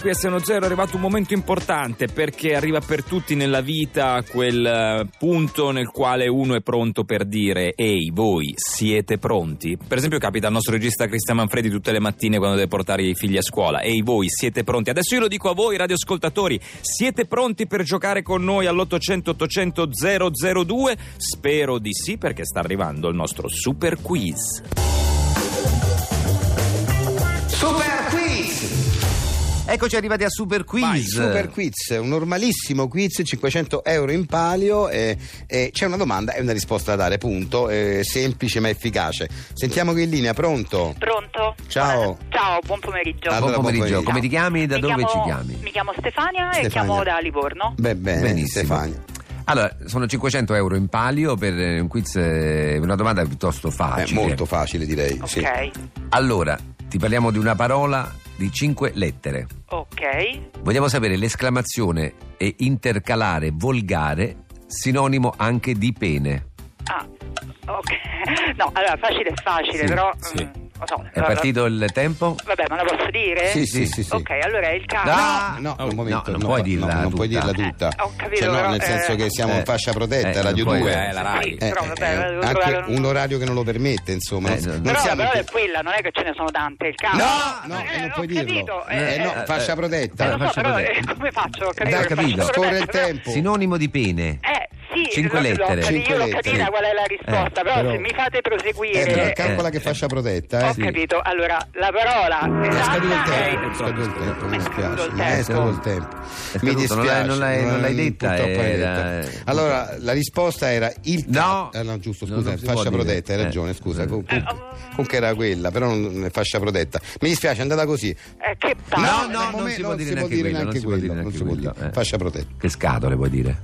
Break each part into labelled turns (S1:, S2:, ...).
S1: Qui a 0 è arrivato un momento importante perché arriva per tutti nella vita quel eh, punto nel quale uno è pronto per dire ehi voi siete pronti? Per esempio capita al nostro regista Cristian Manfredi tutte le mattine quando deve portare i figli a scuola ehi voi siete pronti? Adesso io lo dico a voi radioascoltatori siete pronti per giocare con noi all'800 800 002? Spero di sì perché sta arrivando il nostro super quiz.
S2: Super quiz!
S3: Eccoci arrivati a Super Quiz.
S2: Vai, super quiz, un normalissimo quiz, 500 euro in palio. E, e c'è una domanda e una risposta da dare, punto. eh, semplice ma efficace. Sentiamo che in linea,
S4: Eh,
S2: pronto?
S4: Pronto?
S2: Ciao.
S4: Buona- ciao, buon pomeriggio.
S2: Allora,
S3: Buon
S2: buon pomeriggio.
S3: pomeriggio, come ti chiami? Da
S4: Mi
S3: dove
S4: chiamo-
S3: ci chiami?
S4: Mi chiamo Stefania, e
S2: Stefania.
S4: chiamo da Livorno.
S2: Beh, bene,
S3: Benissimo.
S2: Stefania.
S3: Allora, sono 500 euro in palio per eh, un quiz, eh, una domanda piuttosto
S2: È
S3: facile.
S2: Eh, molto facile, direi.
S4: Ok,
S2: sì.
S3: Allora, ti parliamo di una parola di 5 lettere.
S4: ok.
S3: Vogliamo sapere l'esclamazione e intercalare volgare, sinonimo anche di pene.
S4: Ah, ok. No, allora facile è facile,
S3: Sì,
S4: però.
S3: sì.
S4: mm, non so,
S3: È
S4: allora-
S3: partito il tempo?
S4: Vabbè, ma la posso dire?
S2: Sì, sì, sì, sì.
S4: Ok, allora è il caso.
S3: Ah!
S2: No,
S3: Oh,
S2: un momento,
S3: no, non puoi
S2: no,
S3: dirla
S2: non
S3: tutta.
S2: puoi dirla tutta.
S4: Eh, ho capito,
S2: Cioè, no,
S4: però,
S2: nel senso
S4: eh,
S2: che siamo in
S3: eh,
S2: fascia protetta,
S3: eh,
S2: Radio
S3: non puoi-
S2: 2.
S1: eh, la Rai.
S2: Eh,
S4: Però, vabbè,
S2: eh,
S4: devo
S2: anche
S4: trovare un-
S2: un orario che non lo permette, insomma.
S3: Eh,
S2: non-
S3: no,
S2: non
S4: Però la
S2: siamo in
S4: parola
S2: que-
S4: è quella, non è che ce ne sono tante, è il caso.
S2: No, no,
S4: Eh,
S2: eh, non
S4: ho
S2: puoi dirlo.
S4: capito, eh,
S2: Eh, no,
S3: eh,
S2: fascia
S3: eh,
S2: protetta.
S4: Eh, lo so,
S3: Faccia
S4: però
S3: vedere.
S4: eh, come faccio? Ho capito.
S3: Dai,
S4: che
S3: capito.
S4: faccio
S2: Scorre il
S4: corretto, però-
S2: tempo.
S3: Sinonimo di pene.
S4: Eh, sì,
S3: Cinque
S4: l'ho- l'ho
S3: lettere.
S4: capito,
S2: Cinque
S4: Io l'ho
S2: lettere.
S4: capita qual è la risposta,
S3: Eh,
S4: però,
S2: però-
S4: se mi fate
S2: Eh, però
S4: proseguire...
S3: eh,
S2: calcola
S3: eh,
S2: che
S3: eh.
S2: fascia protetta,
S4: Ho
S2: eh.
S3: sì. Eh,
S4: capito, allora la parola
S2: È
S4: esatta
S2: scaduto il
S4: è
S2: tempo, è scaduto il tempo, mi
S4: È scaduto
S2: dispiace,
S4: il
S2: ma è
S4: tempo.
S2: scaduto il tempo.
S3: È
S2: Mi
S3: scaduto, non l'hai-
S2: dispiace.
S3: non l'hai- non l'hai detta,
S2: purtroppo l'hai
S3: era-
S2: detta. Allora, la risposta era il
S3: No.
S2: eh, no, giusto,
S3: No,
S2: scusa,
S3: non si
S2: fascia
S3: può dire.
S2: protetta, hai
S3: Eh.
S2: ragione, scusa.
S3: Eh.
S2: Comunque,
S4: Eh, oh.
S2: comunque era quella, però non è fascia protetta. Mi dispiace, è andata così.
S4: Eh, che
S2: No,
S4: palle.
S2: no,
S3: non
S2: momento-
S3: si può
S2: non
S3: dire
S2: si può dire
S3: neanche quello, non
S2: neanche
S3: si può dire
S2: quello, non si può
S3: neanche
S2: dire.
S3: quello, eh.
S2: Fascia protetta.
S3: Che scatole vuoi dire?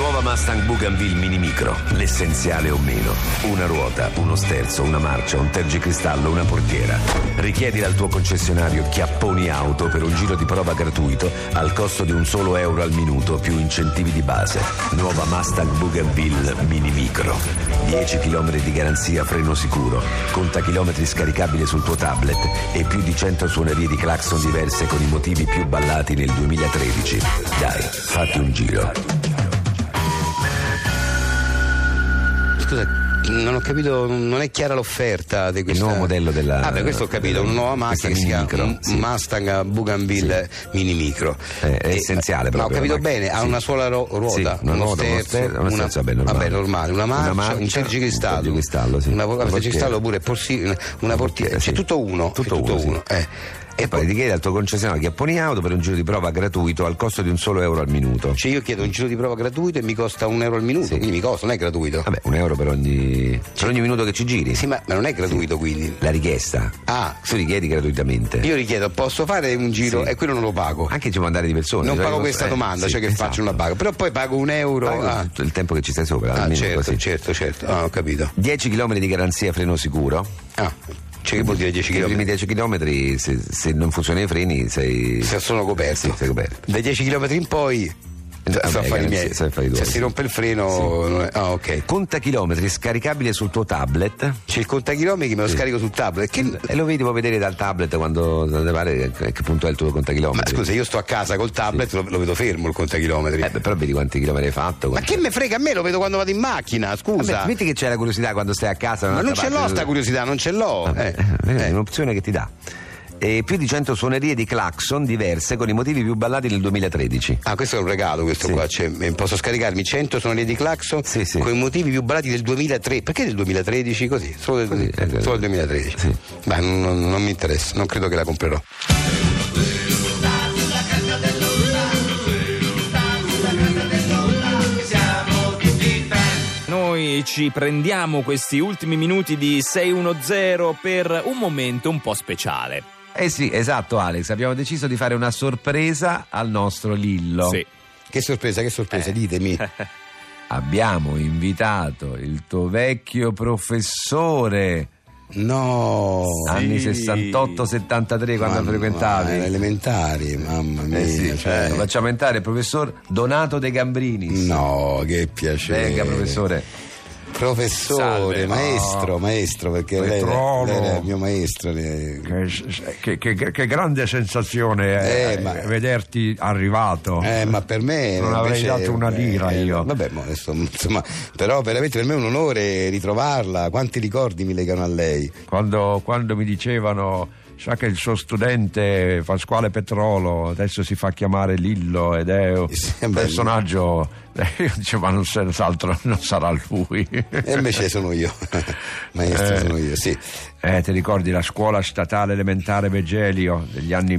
S5: Nuova Mustang Bougainville Mini Micro, l'essenziale o meno. Una ruota, uno sterzo, una marcia, un tergicristallo, una portiera. Richiedila al tuo concessionario Chiapponi Auto per un giro di prova gratuito al costo di un solo euro al minuto più incentivi di base. Nuova Mustang Bougainville Mini Micro. 10 km di garanzia freno sicuro, conta chilometri scaricabile sul tuo tablet e più di 100 suonerie di clacson diverse con i motivi più ballati nel 2013. Dai, fatti un giro.
S2: Scusa, non ho capito, non è chiara l'offerta di questo
S5: nuovo modello della-
S2: Ah, beh, questo ho capito, una nuova macchina
S5: questa
S2: che si
S5: mini
S2: chiama
S5: micro,
S2: un-
S5: sì.
S2: Mustang Bougainville Mini Micro.
S5: Eh, è
S2: E-
S5: essenziale
S2: Ma ho
S5: proprio,
S2: capito
S5: la macchina.
S2: bene, ha
S5: Sì.
S2: una sola ro-
S5: Sì,
S2: ruota,
S5: una
S2: uno
S5: ruota, uno
S2: sterzo,
S5: sterzo, uno sterzo, vabbè, normale.
S2: vabbè, normale, una
S5: Una
S2: marcia, un
S5: marcia,
S2: tergicristallo,
S5: un tergicristallo, sì.
S2: una,
S5: Una
S2: una tergicristallo
S5: portiera.
S2: oppure possi- una
S5: Una
S2: portiera,
S5: portiera,
S2: c'è
S5: sì.
S2: tutto uno, è
S5: Tutto uno, sì.
S2: eh.
S5: E poi richiedi al tuo concessionario Chiapponi Auto per un giro di prova gratuito al costo di un solo euro al minuto.
S2: Cioè io chiedo un giro di prova gratuito e mi costa un euro al minuto,
S5: Sì. Ah,
S2: quindi mi costa, non è gratuito.
S5: Vabbè, un euro per ogni, per ogni minuto che ci giri.
S2: Sì, ma, ma non è gratuito quindi.
S5: La richiesta.
S2: Ah.
S5: Tu richiedi gratuitamente.
S2: Io richiedo, posso fare un giro
S5: Sì.
S2: e quello non lo pago.
S5: Anche ci può andare di persone.
S2: non
S5: cioè,
S2: pago
S5: io-
S2: questa
S5: eh,
S2: domanda,
S5: sì,
S2: cioè che
S5: esatto.
S2: faccio una paga, però poi pago un euro.
S5: Pago
S2: ah.
S5: tutto il tempo che ci stai sopra,
S2: Ah,
S5: almeno
S2: certo,
S5: così.
S2: certo, certo. Ah, ho capito.
S5: 10 km di garanzia freno sicuro.
S2: Ah, cioè che vuol dire 10
S5: I
S2: km?
S5: primi 10 km se, se non funzionano i freni sei.
S2: Se sono coperto.
S5: Sì, sei coperto.
S2: Dai 10 km in poi
S5: Vabbè,
S2: so fare i miei.
S5: garanzia, so fare i tuoi,
S2: Se si
S5: sì.
S2: rompe il freno. non è- Ah, ok.
S5: Conta chilometri scaricabile sul tuo tablet.
S2: C'è il contachilometri che me lo scarico sul tablet. Che...
S5: E lo vedi, puoi vedere dal tablet quando ti pare a che punto è il tuo
S2: Ma
S5: contachilometri.
S2: scusa, io sto a casa col tablet, lo, lo vedo fermo il contachilometri.
S5: Eh, beh, però vedi quanti chilometri hai fatto.
S2: Ma che me frega a me, lo vedo quando vado in macchina, scusa.
S5: metti che c'è la curiosità quando stai a casa. da
S2: Ma non
S5: un'altra
S2: ce l'ho
S5: parte.
S2: sta curiosità, non ce l'ho.
S5: Vabbè,
S2: Eh,
S5: vedi,
S2: eh.
S5: È un'opzione che ti dà. E più di 100 suonerie di clacson diverse con i motivi più ballati nel 2013.
S2: Ah, questo è un regalo, questo qua. Cioè, eh, posso scaricarmi 100 sonorie di Claxon
S5: Sì, sì.
S2: con i motivi più ballati del 2003. Perché del 2013? Così, solo del,
S5: Così, eh,
S2: solo del 2013.
S5: sì.
S2: Beh, non, non- non mi interessa, non credo che la comprerò.
S1: Noi ci prendiamo questi ultimi minuti di 610 per un momento un po' speciale.
S3: Eh sì, esatto Alex, abbiamo deciso di fare una sorpresa al nostro Lillo.
S1: Sì.
S2: Che sorpresa, che
S6: Eh.
S2: sorpresa, ditemi.
S3: Abbiamo invitato il tuo vecchio professore
S2: No.
S1: Sì.
S6: Anni 68-73 quando
S2: Mamma,
S6: frequentavi.
S2: alle elementari, mamma mia.
S6: Eh sì,
S2: cioè-
S6: lo facciamo entrare il professor Donato De Gambrini.
S2: No, che piacere.
S6: Venga, professore.
S2: Professore,
S1: Salve.
S2: maestro, maestro, perché lei, era-
S3: Petrolo.
S2: lei era il mio maestro. le-
S3: Che, che- che- che grande sensazione è
S2: Eh, ma-
S3: vederti arrivato.
S2: Eh, ma per me
S3: Ecco. Non avrei
S2: invece-
S3: dato una lira
S2: eh,
S3: io.
S2: Vabbè, mo adesso, insomma, però veramente per me è un onore ritrovarla. Quanti ricordi mi legano a lei?
S3: Quando, quando mi dicevano, sa che il suo studente Pasquale Petrolo adesso si fa chiamare Lillo ed è un
S2: Sì, è bello.
S3: personaggio, eh, io dicevo, ma non, senz'altro non sarà lui.
S6: Eh,
S2: E invece sono io, maestro,
S3: Eh.
S2: sono io, sì.
S3: Eh, ti ricordi la scuola statale elementare Vegelio degli anni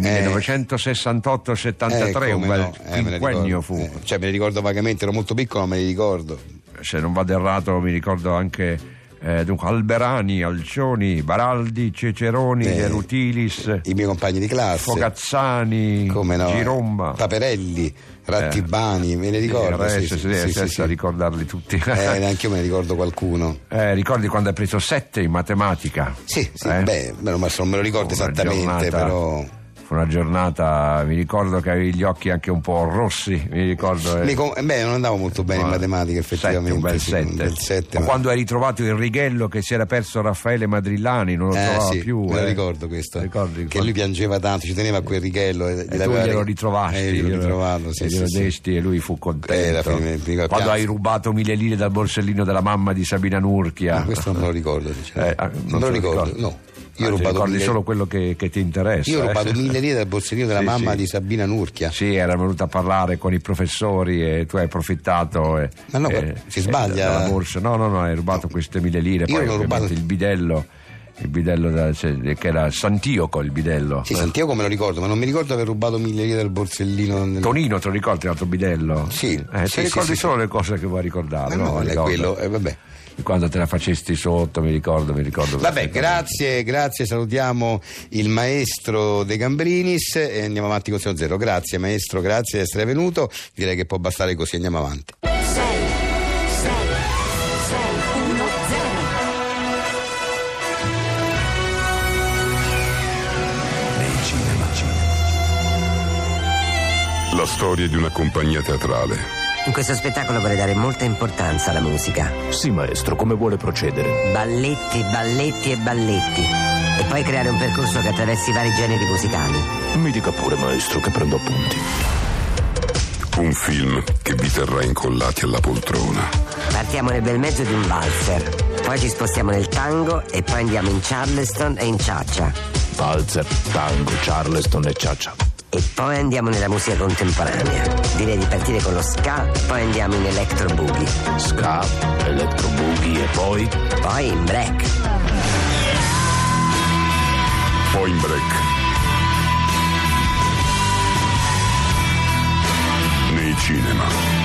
S3: 1968-73,
S2: Eh,
S3: un
S2: come
S3: bel
S2: no, eh, me ne
S3: quinquennio
S2: ricordo,
S3: fu.
S2: eh, cioè, me ne ricordo vagamente, ero molto piccolo, ma me li ricordo.
S3: se non vado errato mi ricordo anche eh, dunque, Alberani, Alcioni, Baraldi, Ceceroni,
S2: Eh,
S3: De Rutilis,
S2: I miei compagni di classe.
S3: Fogazzani,
S2: come no, eh.
S3: Giromba.
S2: Paperelli, Rattibani, me ne ricordo.
S3: Eh,
S2: sì, sì,
S3: sì, sì,
S2: sì,
S3: eh,
S2: sì,
S3: senza
S2: sì.
S3: ricordarli tutti.
S2: Eh, neanche io me ne ricordo qualcuno.
S3: Eh, ricordi quando hai preso 7 in matematica?
S2: Sì, sì,
S3: Eh?
S2: beh, meno male, non me lo ricordo
S3: Una
S2: esattamente,
S3: giornata-
S2: però.
S3: Fu una giornata, mi ricordo che avevi gli occhi anche un po' rossi, mi ricordo. eh.
S2: Mi com- beh, non andavo molto bene in
S3: Ma-
S2: matematica, effettivamente.
S3: sette, un bel
S2: sì,
S3: 7.
S2: un bel sette,
S3: ma
S2: ma-
S3: quando hai ritrovato il righello che si era perso Raffaele Madrillani, non lo
S2: Eh,
S3: trovava
S2: sì,
S3: più.
S2: me lo
S3: eh.
S2: ricordo questo.
S3: Ricordi?
S2: che lui piangeva tanto, ci teneva a quel righello. E,
S3: e tu glielo ritrovasti,
S2: Eh, glielo
S3: glielo-
S2: ritrovato, sì,
S3: e glielo
S2: sì, sì.
S3: desti e lui fu
S2: Eh, alla
S3: contento.
S2: fine mi ricordo,
S3: Quando hai
S2: piazza.
S3: rubato mille lire dal borsellino della mamma di Sabina Nurchia.
S2: Ma Ah, questo non me lo ricordo,
S3: Eh,
S2: sinceramente.
S3: ah,
S2: non,
S3: non
S2: me
S3: te
S2: lo
S3: lo
S2: ricordo,
S3: ricordi?
S2: no.
S3: Ah,
S2: Io ho
S3: ti
S2: rubato
S3: ricordi
S2: mille-
S3: solo quello che, che ti interessa.
S2: Io ho
S3: eh.
S2: rubato mille lire dal borsellino della
S3: Sì,
S2: mamma
S3: sì.
S2: di Sabina Nurchia.
S3: Sì, era venuta a parlare con i professori e tu hai approfittato. E,
S2: Ma no,
S3: e-
S2: si
S3: e
S2: sbaglia.
S3: dalla borsa. No, no, no, hai rubato queste mille lire.
S2: Io
S3: poi
S2: l'ho
S3: ovviamente
S2: rubato-
S3: il bidello, il bidello da- cioè, che era Santioco il bidello.
S2: Sì, Santiago me lo ricordo, ma non mi ricordo aver rubato mille lire dal borsellino. nel-
S3: Tonino, te lo ricordi l'altro bidello?
S2: Sì,
S3: Eh,
S2: sì,
S3: ti ricordi
S2: sì, sì,
S3: solo le cose che vuoi ricordare.
S2: Ma no,
S3: Mi
S2: è
S3: ricordo.
S2: quello, eh, vabbè.
S3: Quando te la facesti sotto, mi ricordo, mi ricordo.
S2: Vabbè,
S3: perfettamente.
S2: grazie, grazie, salutiamo il maestro De Gambrinis e andiamo avanti con Seno Zero. Grazie maestro, grazie di essere venuto, direi che può bastare così, andiamo avanti.
S7: 6 6 6 1 0
S5: Nei cinema.
S8: La storia di una compagnia teatrale.
S9: In questo spettacolo vorrei dare molta importanza alla musica.
S10: Sì, maestro, come vuole procedere?
S9: Balletti, balletti e balletti. E poi creare un percorso che attraversi vari generi musicali.
S10: Mi dica pure, maestro, che prendo appunti.
S8: Un film che vi terrà incollati alla poltrona.
S9: Partiamo nel bel mezzo di un valzer. Poi ci spostiamo nel tango e poi andiamo in Charleston e in Ciaccia.
S10: Walzer, tango, Charleston e ciaccia.
S9: E poi andiamo nella musica contemporanea. Direi di partire con lo ska, poi andiamo in electro boogie,
S10: Ska, electro boogie e poi...
S9: poi in break.
S8: Poi in break. Nei cinema.